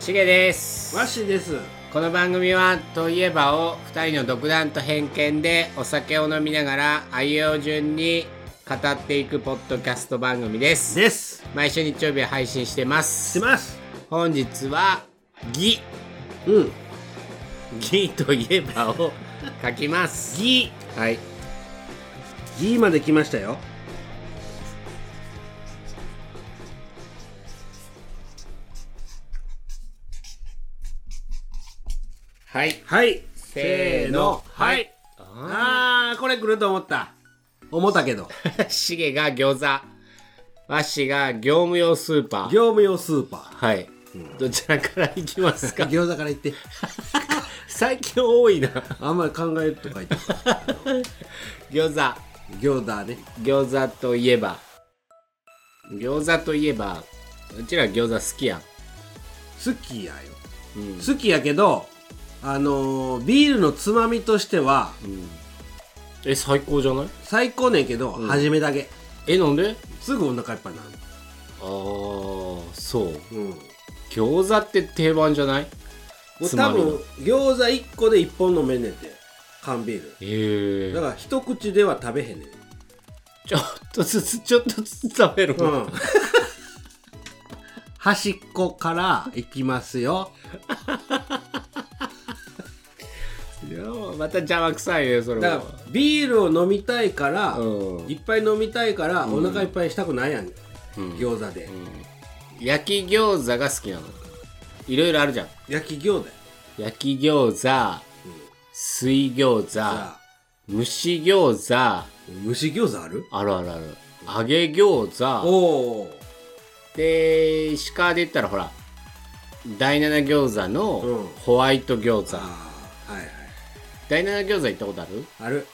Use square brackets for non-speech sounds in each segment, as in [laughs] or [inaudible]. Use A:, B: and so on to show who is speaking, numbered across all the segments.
A: しげです
B: わしです
A: この番組は「といえば」を2人の独断と偏見でお酒を飲みながら愛用順に語っていくポッドキャスト番組です
B: です
A: 毎週日曜日は配信してま
B: して
A: す
B: ます
A: 本日は「ぎ」
B: うん
A: 「ぎ」といえばを書き [laughs] ます
B: ギ
A: はい
B: ギまで来ましたよ
A: はい
B: はい
A: せーの
B: はいあーこれ来ると思った思っ
A: [laughs]
B: たけど
A: しげが餃子わしが業務用スーパー
B: 業務用スーパ
A: はい、どちらからいきます
B: ー
A: か
B: 餃子から言って
A: [laughs] 最近多いな
B: あんまり考えるとか言って
A: 餃子
B: 餃子ね
A: 餃子といえば餃子といえばうちら餃子好きやん
B: 好きやよ、
A: うん
B: 好きやけどあのービールのつまみとしては
A: え最高じゃない
B: 最高ねんけど、初めだけ
A: えなんです
B: ぐお腹いっぱいになる
A: ああそう
B: うん
A: 餃子って定番じゃない
B: もう
A: つ
B: 多
A: まみの
B: 分餃子1個で1本飲めんねんて缶ビール
A: ええ
B: だから一口では食べへんねん
A: [laughs] ちょっとずつちょっとずつ食べる、
B: うん端っこからいきますよ
A: いやまた邪魔くさいねそれ
B: だ
A: も
B: からビールを飲みたいから、
A: うん
B: いっぱい飲みたいからお腹いっぱいしたくないやん、餃子で、
A: 焼き餃子が好きなのいろいろあるじゃん
B: 焼き餃子や
A: 焼き餃子水餃子
B: さあ
A: 蒸し餃子あ
B: 蒸し餃子ある
A: るあるある揚げ餃
B: お
A: 子
B: お
A: で石川で言ったらほら第七餃子
B: う
A: の
B: ん
A: ホワイト餃子、
B: ああはいはい
A: 第七餃子行ったことある
B: ある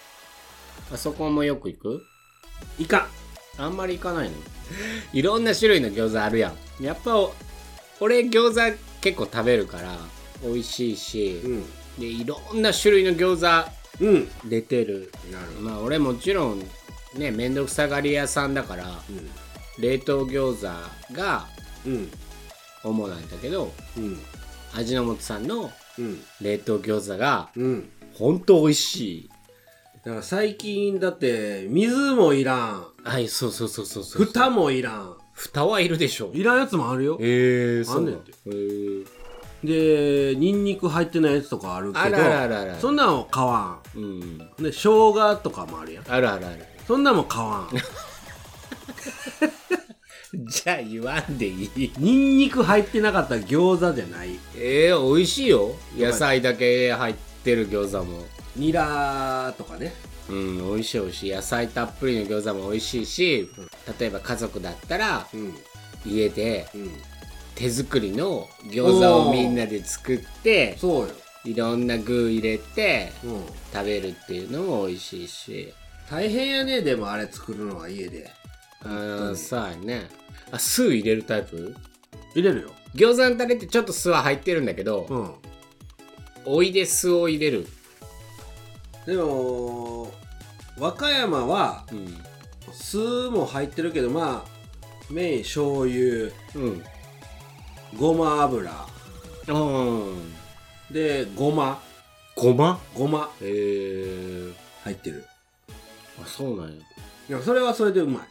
A: あそこもよく行く
B: いかん
A: あんまり行かないの [laughs] いろんな種類の餃子あるやんやっぱお俺餃子結構食べるから美味しいし、
B: うん
A: でいろんな種類の餃子
B: うん
A: 出てる
B: なるほど
A: まあ俺もちろんね面倒くさがり屋さんだから
B: う
A: 冷凍餃子が
B: んうん
A: 主なんだけど
B: うん
A: 味の素さんの
B: うん
A: 冷凍餃子が
B: うん
A: ほんと美味しい
B: だから最近だって水もいらん
A: はいそうそうそうそうそう
B: 蓋もいらん
A: 蓋はいるでしょ
B: いらんやつもあるよ
A: ええー、そう
B: あんね
A: なんん
B: て
A: えー、
B: でニンニク入ってないやつとかあるけど
A: あらららら
B: そんなんを買わ
A: うん
B: んで生姜とかもあるやん
A: あるあるある
B: そんなんも買 [laughs] わん
A: じゃあ言わんでいい
B: ニンニク入ってなかったら餃子じゃない
A: ええー、美味しいよ野菜だけ入ってる餃子も
B: ニラとかね
A: うん美味しい美味しい野菜たっぷりの餃子も美味しいし例えば家族だったら
B: うん
A: 家で
B: うん
A: 手作りの餃子をみんなで作って
B: そうよ、
A: いろんな具入れて
B: うん、
A: 食べるっていうのも美味しいし
B: 大変やねでもあれ作るのは家で
A: あさあねあ酢入れるタイプ
B: 入れるよ
A: 餃子のタレってちょっと酢は入ってるんだけど、
B: うん
A: おいで酢を入れる、
B: でも和歌山は
A: うん
B: 酢も入ってるけどまあメイン醤油
A: うん
B: ごま油
A: うん
B: でごま
A: ごま
B: ごま
A: へえ
B: 入ってる
A: あそうなんや
B: いやそれはそれでうまい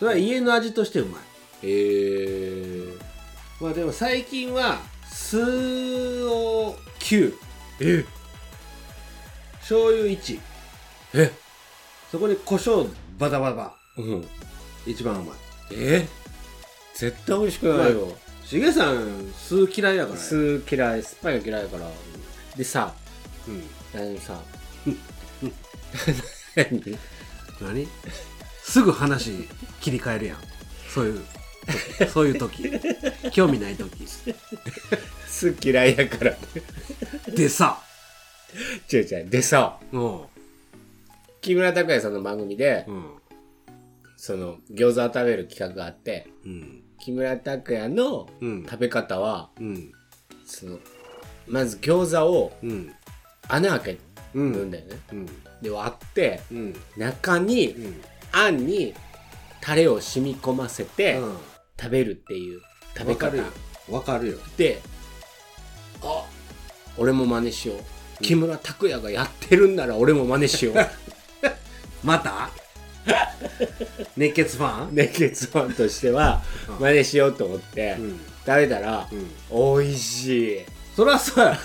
B: それは家の味としてうまい
A: へえ
B: まあでも最近は酢を9
A: え
B: 醤油1
A: え
B: そこに胡椒バタバ
A: う
B: タ
A: ん
B: 一番うまい
A: え絶対美味しくないよ、
B: しげさん酢嫌いやからね
A: 酢嫌い酸っぱいの嫌いだからでさ
B: うん
A: あのさ [laughs]
B: 何 [laughs] すぐ話切り替えるやんそういう時そういう時興味ない時
A: 酢嫌いやから
B: でさ
A: 違う違うでさ
B: も
A: 木村拓哉さんの番組で、
B: ううん
A: その餃子を食べる企画があって
B: うん
A: 木村拓哉の
B: うん
A: 食べ方は、
B: うん
A: そのまず餃子を
B: うん
A: 穴開け
B: う
A: る
B: ん
A: んだよね、
B: うん
A: で割って
B: うん
A: 中に
B: うん
A: あんにタレを染み込ませて食べるっていう食べ
B: わか
A: 方
B: るよわかるよ
A: であ俺も真似しよう木村拓哉がやってるんなら俺も真似しよう
B: ま [laughs] た熱血ファン
A: 熱血ファンとしては
B: うん
A: 真似しようと思って、
B: うん
A: 食べたら、美味しい
B: そりゃそうや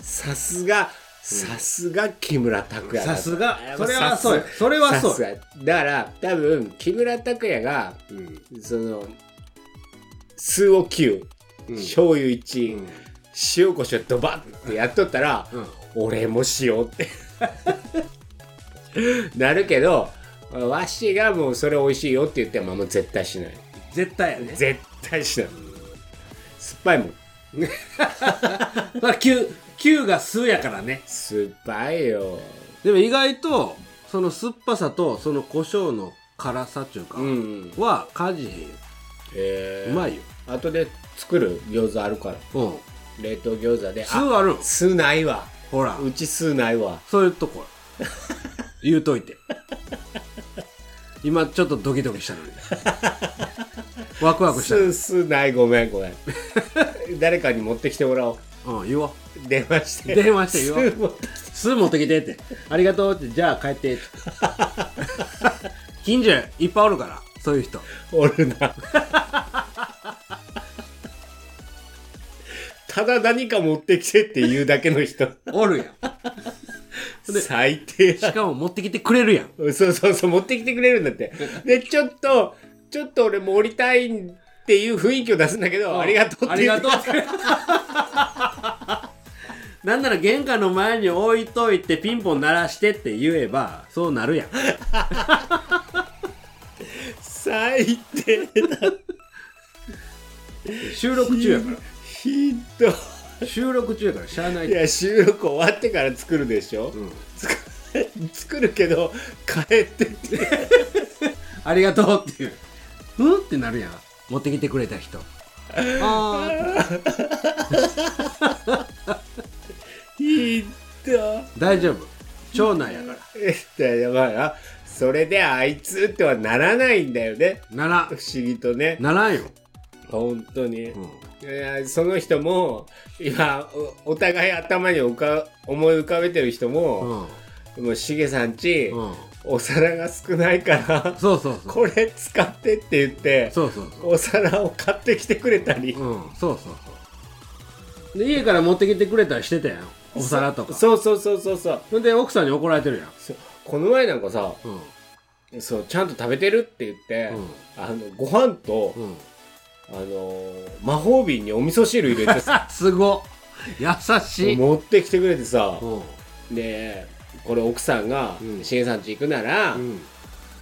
A: さすがさすが木村拓哉だ
B: さすが
A: やっぱ
B: それは
A: さす
B: そうやそれは
A: さ
B: そう
A: す
B: や
A: がだから多分木村拓哉が
B: うん
A: その数を9、
B: うん
A: 醤油1、
B: うん
A: 塩コショウドバッってやっとったら、
B: うん
A: 俺もしようって [laughs] なるけどわしがもうそれ美味しいよって言ってももう絶対しない
B: 絶対やね
A: 絶対しない酸っぱいもん
B: だから9 9が数やからね
A: 酸っぱいよ
B: でも意外とその酸っぱさとその胡椒の辛さっていうか、
A: うん
B: は感じへんよ
A: え
B: うまいよ
A: 後で作る餃子あるから
B: うん
A: 冷凍餃子で
B: 酢あるの
A: 酢ないわ
B: ほら
A: うち酢ないわ
B: そういうとこ言うとい [laughs] て今ちょっとドキドキしたのにワクワクしたのに
A: 酢酢ないごめんごめん [laughs] 誰かに持ってきてもらおう
B: うん言おう
A: 電話して
B: 電話して言おう
A: 酢持って
B: 酢持ってきてってありがとうってじゃあ帰ってって
A: [laughs]
B: 近所いっぱいおるからそういう人
A: おる
B: [laughs]
A: なただ何か持ってきてって言うだけの人
B: おるやん
A: 最低
B: しかも持ってきてくれるやん
A: そうそうそう持ってきてくれるんだってでちょっとちょっと俺も降りたいっていう雰囲気を出すんだけどありがとう
B: あ
A: って
B: り
A: 言
B: が
A: って
B: とうってなんなら玄関の前に置いといてピンポン鳴らしてって言えばそうなるやん
A: 最低
B: 収録中やか
A: ひどい
B: ら収録中やからしゃあない
A: いや収録終わってから作るでしょ、 [laughs]
B: うん
A: 作作るけど帰ってって
B: ありがとうっていううんってなるやん持ってきてくれ
A: [laughs]
B: た人あー
A: ひど
B: 大丈夫長男やから
A: いえっやばいなそれであいつってはならないんだよね
B: なら
A: 不思議とね
B: ならんよ、
A: 本当に、
B: うん
A: いやその人も今おお互い頭に浮か思い浮かべてる人も、
B: う
A: もうしげさんち、
B: んうん、
A: お皿が少ないから
B: そうそうそう
A: これ使ってって言って
B: そうそうそう
A: お皿を買ってきてくれたり、
B: うんそうそうそうで家から持ってきてくれたりしてたやんお皿とかそ
A: そうそうそうそうそう
B: れで奥さんに怒られてるやん
A: そうこの前なんかさ
B: うん
A: そうちゃんと食べてるって言って、あのご飯と、
B: うん、うん、 [laughs]
A: あのー魔法瓶にお味噌汁入れてさ
B: すご優しい、うん
A: [laughs] 持ってきてくれてさ、でこれ奥さんが
B: うん
A: しげさんち行くなら、
B: うん、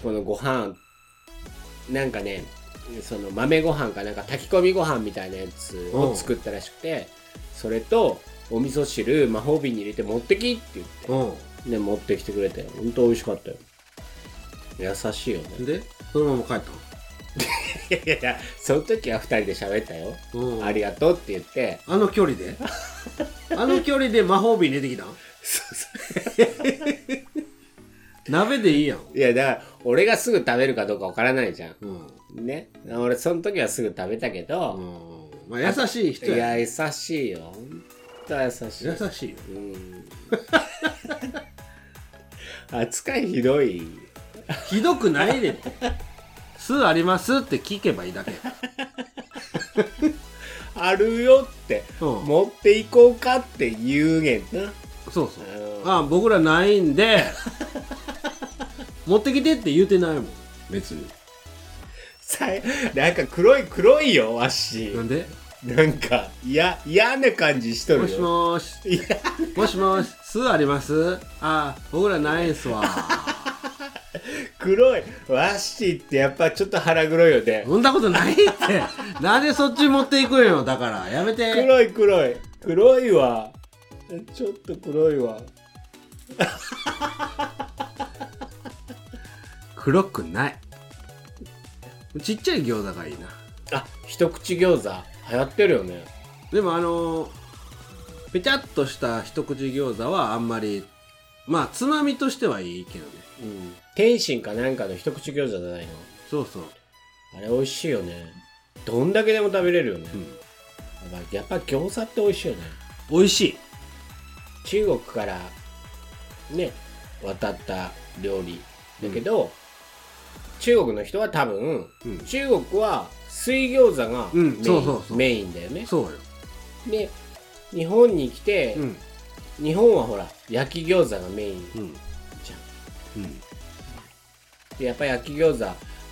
A: このご飯なんかねその豆ご飯かなんか炊き込みご飯みたいなやつを作ったらしくて、それとお味噌汁魔法瓶に入れて持ってきって言ってで持ってきてくれてほんと美味しかったよ優しいよね
B: うん、でそのまま帰ったの
A: いやいやいやその時は2人で喋ったよ、
B: うん
A: ありがとうって言って
B: あの距離であの距離で魔法瓶入れてきたん鍋でいいやん、
A: いやだから俺がすぐ食べるかどうかわからないじゃん
B: うん
A: ね俺その時はすぐ食べたけ
B: う
A: ど、
B: んまあ、優しい人
A: いや
B: や
A: 優しいよほんと優しい
B: 優しいよ
A: うん [laughs] 扱いひどい
B: ひどくないでって「酢あります?」って聞けばいいだけ
A: あるよって、
B: うん
A: 持っていこうかって言うげんな
B: そうそう
A: うん
B: あ僕らないん [laughs] で持ってきてって言うてないもん別に
A: さなんか黒い黒いよわし
B: なんで
A: なんか嫌嫌な感じしと
B: も
A: る
B: し
A: よ
B: もーし
A: いや
B: もしもーし酢ありますあ僕らないんすわ
A: 黒いワッシーってやっぱちょっと腹黒いよね
B: そんなことないってなんでそっち持っていくんよだからやめて
A: 黒い黒い黒いわちょっと黒いわ
B: 黒くないちっちゃい餃子がいいな
A: あ一口餃子流行ってるよね
B: でもあのーぺちゃっとした一口餃子はあんまりまあつまみとしてはいいけどね
A: うん天津かなんかの一口餃子じゃないの
B: そうそう
A: あれ美味しいよねどんだけでも食べれるよね
B: う、ん、
A: やっぱやっぱ餃子って美味しいよね
B: 美味しい
A: 中国からね渡った料理だけど、中国の人は多分、
B: うん
A: 中国は水餃子がメイン,、
B: うんそうそうそう
A: メインだよね
B: そうよ、
A: で日本に来て、
B: うん
A: 日本はほら焼き餃子がメイン
B: うん
A: じゃん
B: うん
A: でやっぱ焼き餃子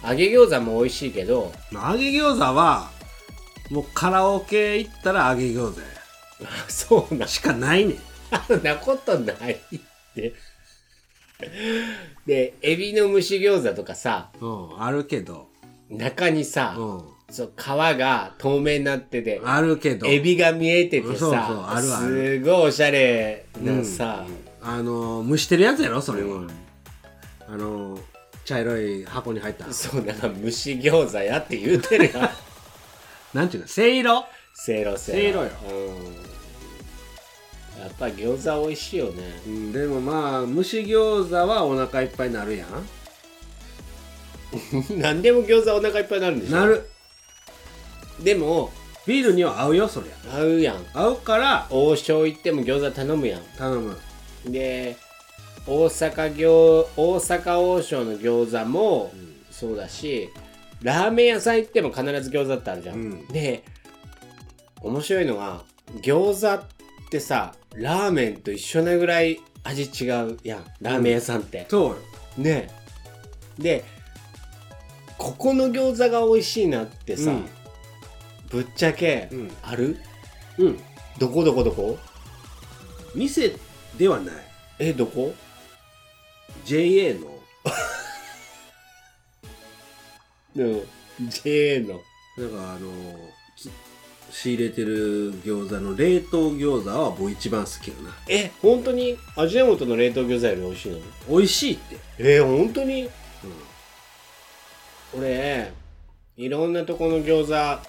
A: 揚げ餃子も美味しいけ
B: [laughs]
A: ど
B: 揚げ餃子はもうカラオケ行ったら揚げ餃子
A: あそうな
B: しかないねん
A: そんなことないってでエビの蒸し餃子とかさ
B: うんあるけど
A: 中にさ、
B: う
A: そう皮が透明になってて
B: んあるけど
A: エビが見えててさ
B: そうそうあるある
A: すごいおしゃれなさ、
B: あの蒸してるやつやろそれは、
A: うん
B: あの茶色い箱に入った
A: そうなんか蒸し餃子やって言うてるやん
B: なんていうのせいろ
A: せいろ
B: せいろよ
A: うん、やっぱ餃子美味しいよね
B: うんでもまあ蒸し餃子はお腹いっぱいになるやん
A: [laughs] 何でも餃子お腹いっぱいになるんでしょ
B: なる
A: でも
B: ビールには合うよそりゃ
A: 合うやん
B: 合うから
A: 王将行っても餃子頼むや
B: 頼む
A: んで大阪餃大阪王将の餃子も
B: ん
A: そうだし、ラーメン屋さん行っても必ず餃子ってあるじゃん、
B: うん
A: で面白いのが餃子ってさラーメンと一緒なぐらい味違うやんラーメン屋さんって、
B: そうよ
A: ねでここの餃子が美味しいなってさ、
B: うん
A: ぶっちゃけ、
B: うん
A: ある
B: うん
A: どこどこどこ
B: 店ではない
A: えどこ
B: JA の
A: うん、JA の。
B: なんかあのつ仕入れてる餃子の冷凍餃子は僕一番好きよな
A: え、本当に味の素の冷凍餃子より美味しいの
B: 美味しいって、
A: えー、本当に
B: うん
A: 俺、いろんなとこの餃子、ラ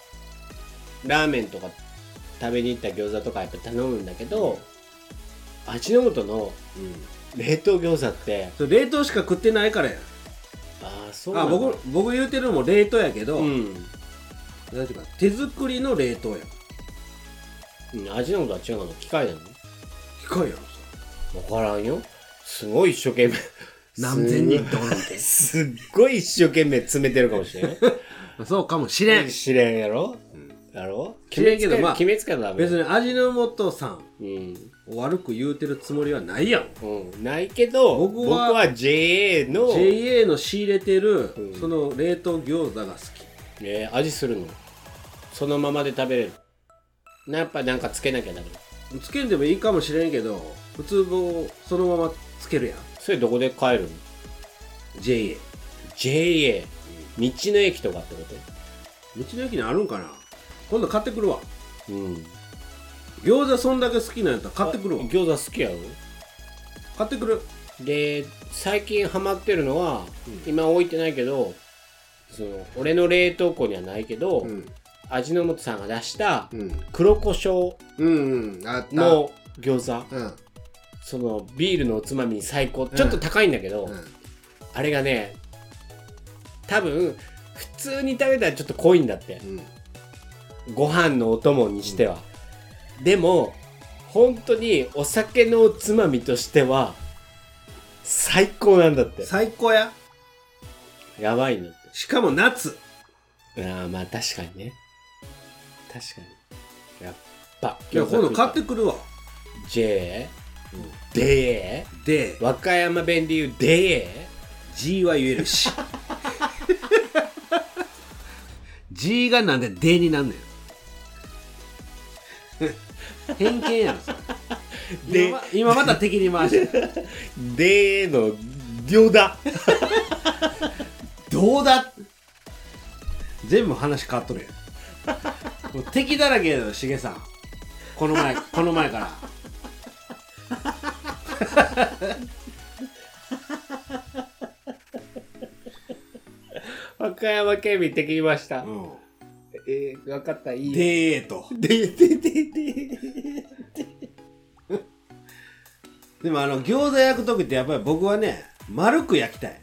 A: ーメンとか食べに行った餃子とかやっぱ頼むんだけど、味の素の
B: うん、
A: 冷凍餃子って、
B: それ冷凍しか食ってないからや
A: ああ、そうな
B: あ
A: んだ
B: 僕僕言うてるのも冷凍やけど、
A: うん、
B: なんていうか手作りの冷凍や
A: うん。味の素は違うの機械なの
B: 低いやろ
A: わからんよ。すごい一生懸命。
B: [laughs] 何千人っておるんです
A: っごい一生懸命詰めてるかもしれない。
B: [laughs] そうかもしれん
A: 知れんやろ、
B: ん
A: やろ
B: 知れんけどまあ
A: 決めつけたらダメ
B: 別に味の素さん
A: うん、
B: を悪く言うてるつもりはないやん
A: うん、ないけど僕
B: 僕
A: は
B: は
A: JA の、
B: JA の仕入れてる、
A: うん
B: その冷凍餃子が好き
A: えー味するのそのままで食べれるなやっぱなんかつけなきゃダメ
B: つけんでもいいかもしれんけど普通もうそのままつけるやん
A: それどこで買えるの
B: JA
A: JA 道の駅とかってこ
B: 道の駅にあるんかな今度買ってくるわ
A: とうん
B: 餃子そんだけ好きなんやったら買ってくるわ
A: 餃子好きやろ
B: 買ってくる
A: で最近ハマってるのは、
B: うん
A: 今置いてないけどその俺の冷凍庫にはないけど、
B: うん
A: 味の素さんが出した
B: うん
A: 黒胡椒
B: うんうんあった
A: の餃子
B: うん
A: そのビールのおつまみに最高ちょっと高いんだけど、
B: うん
A: あれがね多分普通に食べたらちょっと濃いんだって
B: うん
A: ご飯のお供にしては、でも本当にお酒のおつまみとしては最高なんだって
B: 最高や
A: やばいのっ
B: しかも夏
A: てああまあ確かにね確かにやっぱ
B: いや今度買ってくるわ
A: JA
B: うん
A: DA
B: で
A: 和歌山弁で言う DA
B: G は言えるし G がなんで D になんね [laughs] ん偏見やろそれ
A: で
B: 今ま今また敵に回してる
A: DA の行だ
B: どうだ全部話変わっとるや
A: [laughs]
B: んもう敵だらけやろしげさんこの前この前から
A: 和歌山県民敵いました、
B: うん
A: えー、分かったいいよ
B: でーと
A: でででで
B: でもあの餃子焼く時ってやっぱり僕はね丸く焼きたい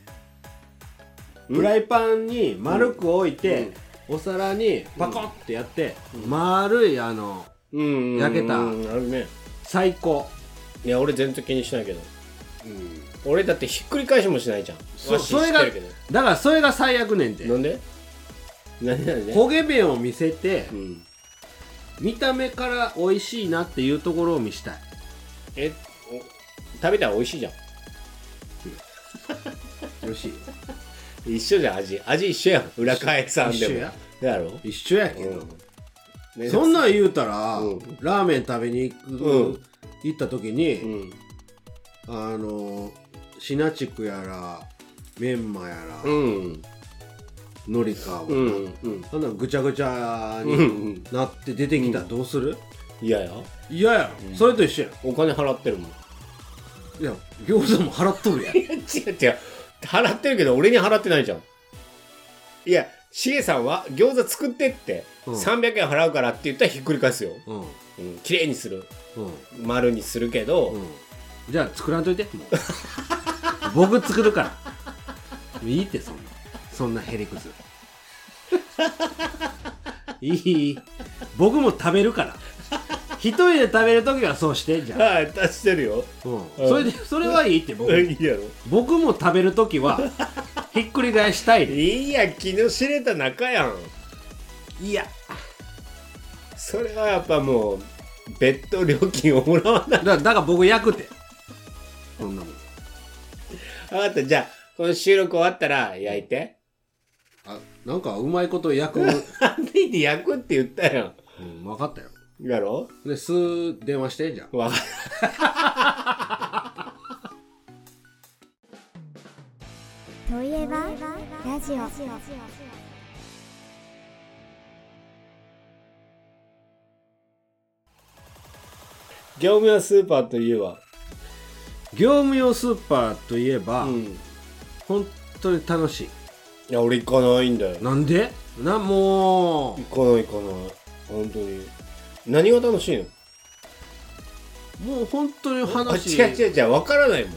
A: うん
B: フライパンに丸く置いて、お皿にパコってやって、丸いあの
A: うん
B: 焼けた
A: うんあるね
B: 最高
A: いや俺全然気にしないけど俺だってひっくり返しもしないじゃん
B: そ
A: わし
B: それが
A: 知ってる
B: だからそれが最悪ねん
A: け
B: て
A: どなんでなんでなんで
B: 焦げ目を見せて
A: うん
B: 見た目から美味しいなっていうところを見したい
A: えお食べたら美味しいじゃん
B: 美味しい
A: 一緒じゃん味味一緒やん裏返さんでも
B: 一緒や
A: だろ
B: 一緒やけど、
A: ね
B: そんなん言うたら、
A: うん
B: ラーメン食べに行く、
A: うん
B: 行った時に、
A: うん
B: あのシナチクやらメンマや
A: う
B: ら、
A: ん
B: のりかを、
A: うんうん
B: あんなんぐちゃぐちゃ
A: うんう
B: に
A: ん
B: なって出てきたらどうする
A: 嫌や
B: 嫌ややろ、それと一緒や
A: お金払ってるもん
B: んいや餃子も払っとるやん
A: 違う違う払ってるけど俺に払ってないじゃんいやしげさんは餃子作ってって、
B: うん
A: 300円払うからって言ったらひっくり返すよ、
B: うんうん
A: うん、綺麗にする丸にするけ
B: う
A: ど、
B: んじゃあ作らんといてもう [laughs] 僕作るからいいってそんなそんなへりくずいい僕も食べるから一人で食べる時はそうしてじゃあ、
A: はい足してるよ
B: うん、
A: うん
B: それでそれはいいって僕
A: [laughs] いいやろ
B: 僕も食べる時はひっくり返したいで
A: いいや気の知れた仲やん
B: いや
A: それはやっぱもう別途料金をもらわない
B: だだから僕焼くてそんなもん
A: 分かったじゃあこの収録終わったら焼いて
B: あなんかうまいこと焼く、う
A: なんでで焼くって言ったやん
B: ん、分かったよ
A: やろ
B: で、すー、電話して、じゃあ。
A: わか
C: といえばラジオ
A: 業務用スーパーといえば
B: 業務用スーパーといえば、
A: うん
B: 本当に楽し
A: いや俺行かないんだよ
B: い。なんでな、も
A: 行かない行かない本当に何が楽しいの
B: う、もう本当に
A: あ
B: 話。
A: 違う違う違う分からないもん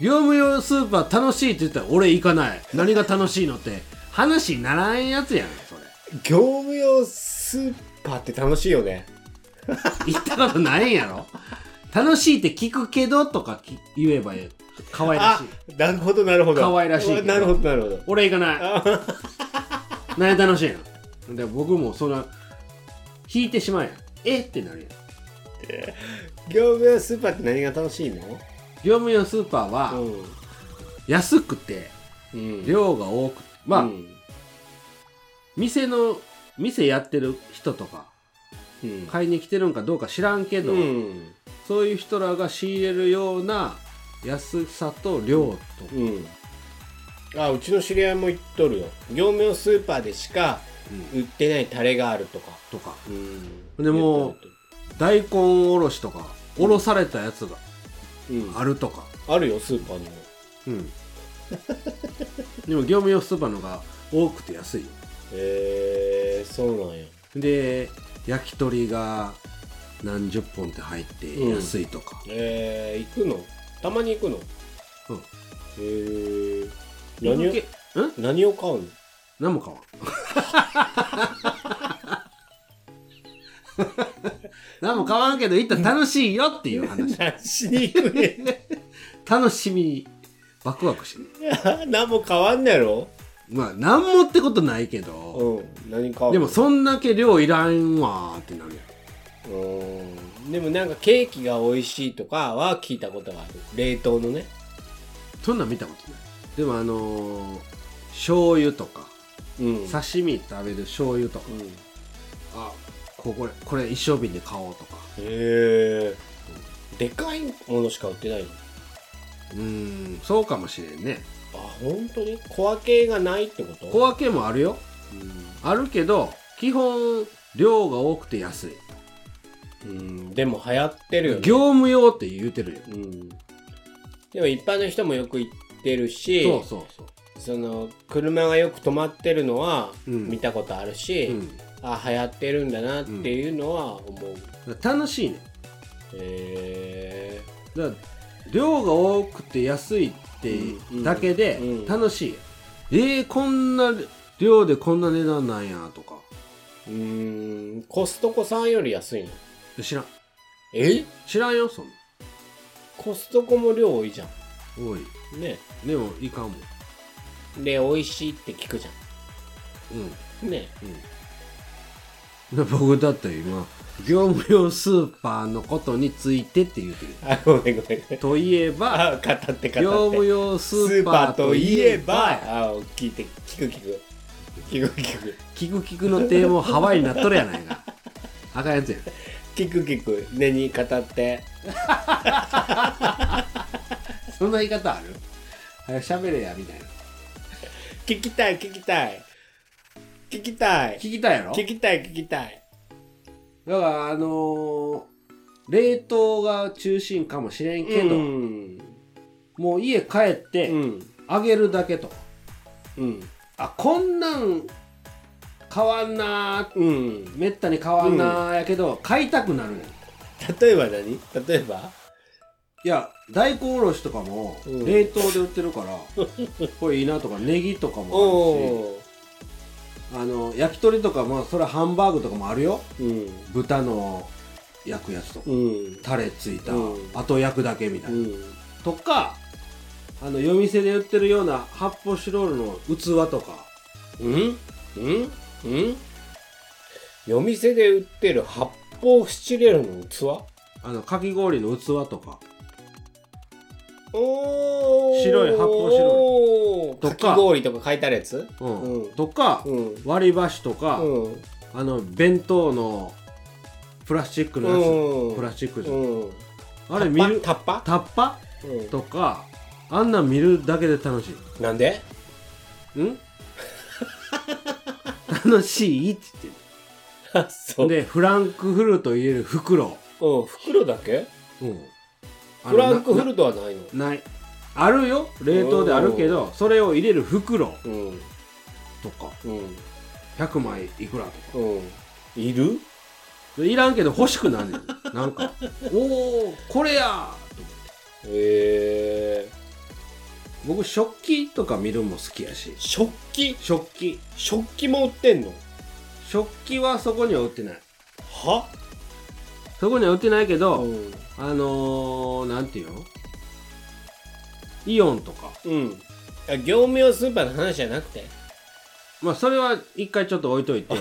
B: 業務用スーパー楽しいって言ったら俺行かない。何が楽しいのって、話にならんやつやん、それ。
A: 業務用スーパーって楽しいよね
B: 行ったことないんやろ楽しいって聞くけどとかき言えばいい。可愛らし
A: あ
B: い。
A: なるほどなるほど
B: 可愛らしいけど
A: うわなるほどなるほど
B: 俺行かない。何が楽しいので僕もそんな、引いてしまうやん。えってなるやん。
A: 業務用スーパーって何が楽しいの
B: 業務用スーパーは、安くて
A: うんうん
B: 量が多くてまあ、
A: うん
B: 店の店やってる人とか
A: うん
B: 買いに来てるんかどうか知らんけど、
A: うん
B: そういう人らが仕入れるような安さと量と、
A: うんあうちの知り合いも言っとるよ業務用スーパーでしか売ってないタレがあるとか
B: とか
A: うん
B: でも大根おろしとかおろされたやつが
A: うん、
B: あるとか、
A: あるよスーパーにも
B: うん、でも業務用スーパーのが多くて安いよ
A: へえー、そうなんや
B: で焼き鳥が何十本って入って安いとか、
A: えー、行くのたまに行くのへ
B: うん
A: えー、何を
B: ん
A: 何を買うの
B: 何も買わん [laughs] 何も買わんけど行ったら楽しいよっていう話
A: 何しに行くねん
B: 楽しみにワクワクしてる
A: [laughs] 何も変わんねやろ
B: まあ何もってことないけど
A: うん何買うの
B: でもそんだけ量いらんわーってなるやん
A: うんでもなんかケーキが美味しいとかは聞いたことがある冷凍のね
B: そんなん見たことないでもあのー、醤油とか
A: うん
B: 刺身食べる醤油とか
A: うん、へ
B: あここれこれ一升瓶で買おうとか
A: えでかいものしか売ってないの
B: うーんそうかもしれんね
A: あ本当に小分けがないってこと
B: 小分けもあるよあるけど基本量が多くて安い
A: うん、うんでも流行ってるよね
B: 業務用って言うてるよ
A: うん、でも一般の人もよく行ってるし
B: そうそうそう
A: その車がよく止まってるのは
B: うん
A: 見たことあるし、
B: うん
A: あ流行ってるんだなっていうのは思う、へ
B: 楽しいね
A: え
B: だから量が多くて安いって
A: うん
B: だけで
A: うん
B: 楽しい、えー、こんな量でこんな値段なんやとか
A: うーんコストコさんより安いの
B: 知らん
A: え
B: 知らんよそんな
A: コストコも量多いじゃ
B: おい
A: んね
B: でもいかんもん
A: で美味しいって聞くじ
B: う
A: ゃ
B: ん
A: んね
B: で [laughs] 僕だって今業務用スーパーのことについてって言うてる
A: あごめんごめんごめん
B: とい
A: [laughs]
B: えば
A: あ語って語って
B: 業務用スーパーといえば
A: あ聞いて聞く聞く聞く聞く
B: キクキクのテーマハワイになっとるやないかあかんやつやん
A: 聞く聞く根に語って
B: そんな言い方ある早く喋れやみたいな
A: 聞きたい聞きたい聞きたい
B: 聞きたいやろ
A: 聞きたい聞きたい
B: だからあのー冷凍が中心かもしれんけど、
A: うん
B: もう家帰っ
A: う
B: て
A: ん
B: あげるだけと、
A: うん
B: あこんなん変わんなー
A: うん
B: めったに変わんなーやけど買いたくなるねん
A: 例えば何例えば
B: いや大根おろしとかも
A: うん
B: 冷凍で売って
A: [laughs]
B: るから、これいいなとかネギとか
A: お
B: も
A: お
B: あるしあの焼き鳥とかもそれはハンバーグとかもあるよ
A: うん
B: 豚の焼くやつとか、
A: うん
B: タレついた、
A: うん
B: あと焼くだけみたいな、
A: うん
B: とかあの夜店で売ってるような発泡スチロールの器とか
A: うんうんうん夜店で売ってる発泡スチレールの器
B: あのかき氷の器とか
A: おー
B: 白い発泡白い
A: おー
B: と
A: か
B: か
A: き氷とか書いてあるやつ
B: うん
A: うん
B: とか、
A: うん
B: 割り箸とか、
A: うん
B: あの弁当のプラスチックのやつ、プラスチックじゃん、
A: うん
B: あれ見る
A: タッパ
B: タッパ
A: タッパ
B: とかあんなん見るだけで楽し
A: うんなんで
B: い
A: [laughs]
B: ん楽しいって言って
A: あそ
B: る
A: う
B: でフランクフルト入れる袋、
A: うん袋だけ
B: うん、あの
A: フランク
B: な
A: フルトはないの
B: ないあるよ冷凍であるけどそれを入れる袋
A: うん
B: とか
A: うん
B: 100枚いくらとか
A: うんいる
B: でいらんけど欲しくなんねん
A: [laughs]
B: なんかおおこれやと
A: えー、
B: 僕食器とか見るのも好きやし
A: 食器
B: 食器
A: 食器も売ってんの
B: 食器はそこには売ってない
A: は
B: そこには売ってないけど、
A: うん
B: あのー、なんていうのイオンとか
A: うんあ業務用スーパーの話じゃなくて
B: まあそれは一回ちょっと置
A: [laughs]
B: いといて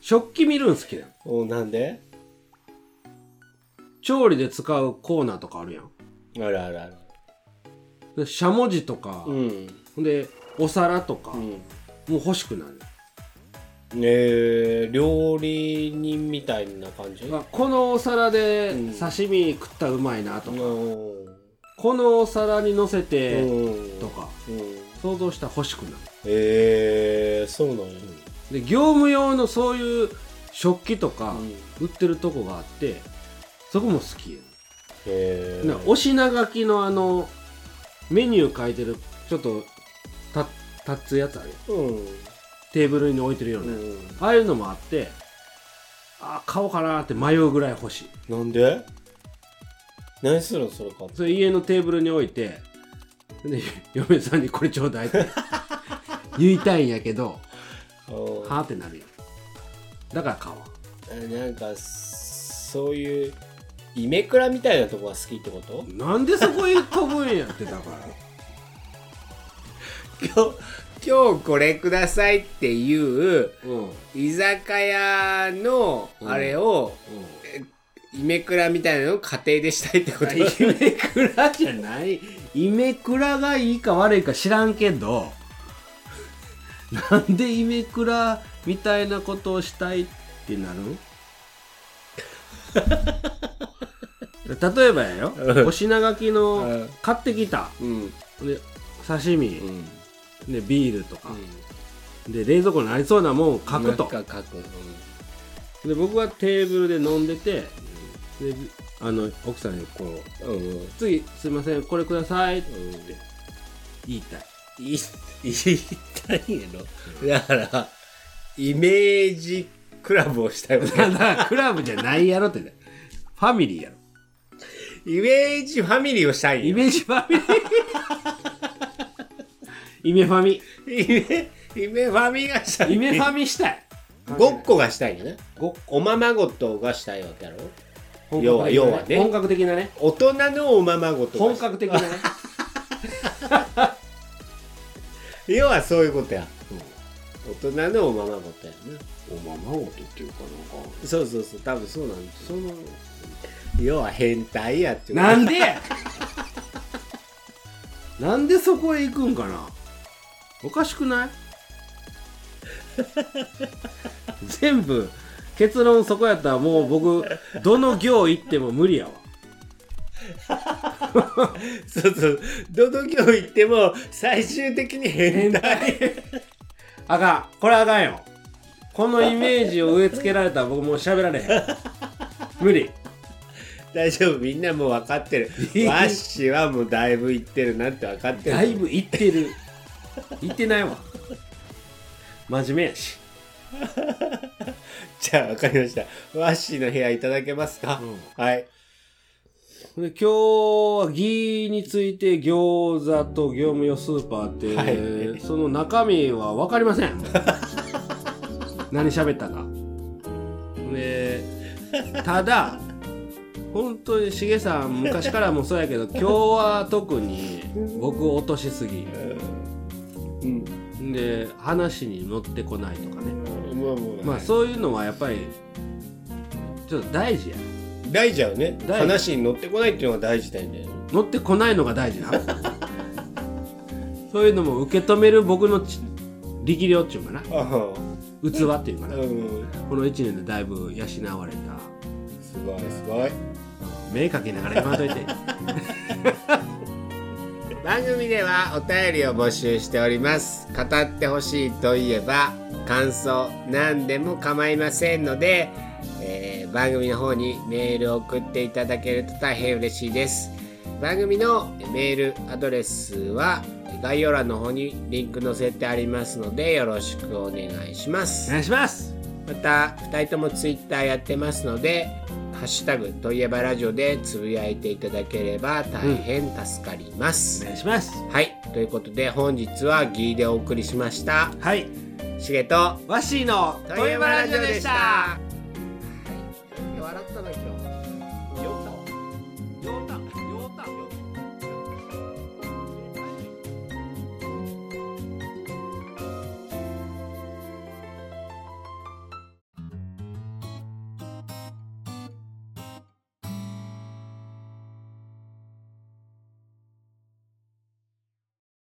B: 食器見るん好きなの
A: おなんで
B: 調理で使うコーナーとかあるやん
A: あらあらあら
B: でしゃもじとか、
A: うん
B: ほんでお皿とか、
A: う
B: も
A: ん
B: う欲しくなる、
A: えー、料理人みたいな感じ
B: あこのお皿で
A: うん
B: 刺身食ったらうまいなと
A: う
B: か、
A: ん
B: このお皿に乗せて
A: うん
B: とか、
A: うん
B: 想像したら欲しくなる
A: えー、そうなんや、
B: で業務用のそういう食器とか
A: うん
B: 売ってるとこがあってそこも好きや
A: え
B: なお品書きのあのメニュー書いてるちょっとた立つやつあるやん
A: うん
B: テーブルに置いてるよう
A: う
B: な、
A: ん
B: ああいうのもあってあー買おうかなーって迷うぐらい欲しい
A: なんで何するのそれか
B: それ家のテーブルに置いてで嫁さんに「これちょうだい」 [laughs] って言いたいんやけどはあってなるやんだから買おう
A: なんかそういうイメクラみたいなとこが好きってこと
B: なんでそこへ飛ぶんやってだから
A: 今日今日これくださいっていう
B: うんうん
A: 居酒屋のあれを、イメクラみたいなのを家庭でしたいってこと
B: イメクラじゃないイメクラがいいか悪いか知らんけど [laughs] なんでイメクラみたいなことをしたいってなる
A: [laughs]
B: 例えばやよお品書き
A: う
B: の
A: ん
B: 買ってきた
A: うん
B: で刺身
A: う、ん
B: でビールとか、で冷蔵庫にありそうなもんを書くと
A: 書く
B: で僕はテーブルで飲んでてであの奥さんにこう
A: うんうん
B: 「次すいませんこれください」って言いたい
A: い言いたいんやろだからイメージクラブをしたいわけ
B: ただクラブじゃないやろってねファミリーやろ
A: イメージファミリーをしたいんや
B: イメージファミリーイメファミ
A: イメイ夢ファミがしたい
B: 夢ファミしたい
A: ごっこがしたいんだね
B: ごっ
A: おままごとがしたいわけやろ
B: こ
A: 要は要はね
B: 本格的なね
A: 大人のおままごとが
B: 本
A: したい
B: 格的なね
A: 要はそういうことや、うん大人のおままごとやな
B: おままごとっていうかなんか
A: そうそうそう多分そうなんです
B: その
A: 要は変態やっていう
B: なんでや [laughs] なんでそこへ行くんかなおかしくない全部結論そこやったらもう僕どの行行っても無理やわ
A: [laughs] そうそうどの行行っても最終的に変態
B: あかんこれあかんよこのイメージを植え付けられたら僕もう喋られへん無理
A: [laughs] 大丈夫みんなもう分かって [laughs] るワッシーはもうだいぶ行ってるなって分かってる
B: だいぶ行ってる行ってないわ真面目やし
A: じゃあ分かりましたワッシーの部屋いただけますか、
B: う
A: はい
B: で今日はギについて餃子と業務用スーパーって、
A: はい
B: その中身は分かりませ
A: [laughs]
B: ん何喋ったかでただ本当にしげさん昔からもそうやけ
A: [laughs]
B: ど今日は特に僕を落としすぎ
A: うん
B: で話に乗ってこないとかね
A: まあもう、
B: まあそういうのはやっぱりちょっと大事や
A: 大事だよね
B: 大事
A: 話に乗ってこないっていうのが大事だよね
B: 乗ってこないのが大事なそういうのも受け止める僕のち力量っていうかな
A: ああ
B: 器っていうかな
A: うん
B: この1年でだいぶ養われた
A: すごいすごい
B: 目かけながら言わんといて
A: 番組ではお便りを募集しております語ってほしいといえば感想何でも構いませんので、えー番組の方にメールを送っていただけると大変嬉しいです番組のメールアドレスは概要欄の方にリンク載せてありますのでよろしくお願いします
B: お願いします
A: また2人ともツイッターやってますので「ハッシュタグといえばラジオ」でつぶやいていただければ大変助かります、
B: お願いします
A: はいということで本日はギーでお送りしました
B: はい
A: しげと
B: ワッシーの「トイマラジオ」でした
A: はい、笑ったな今日よかった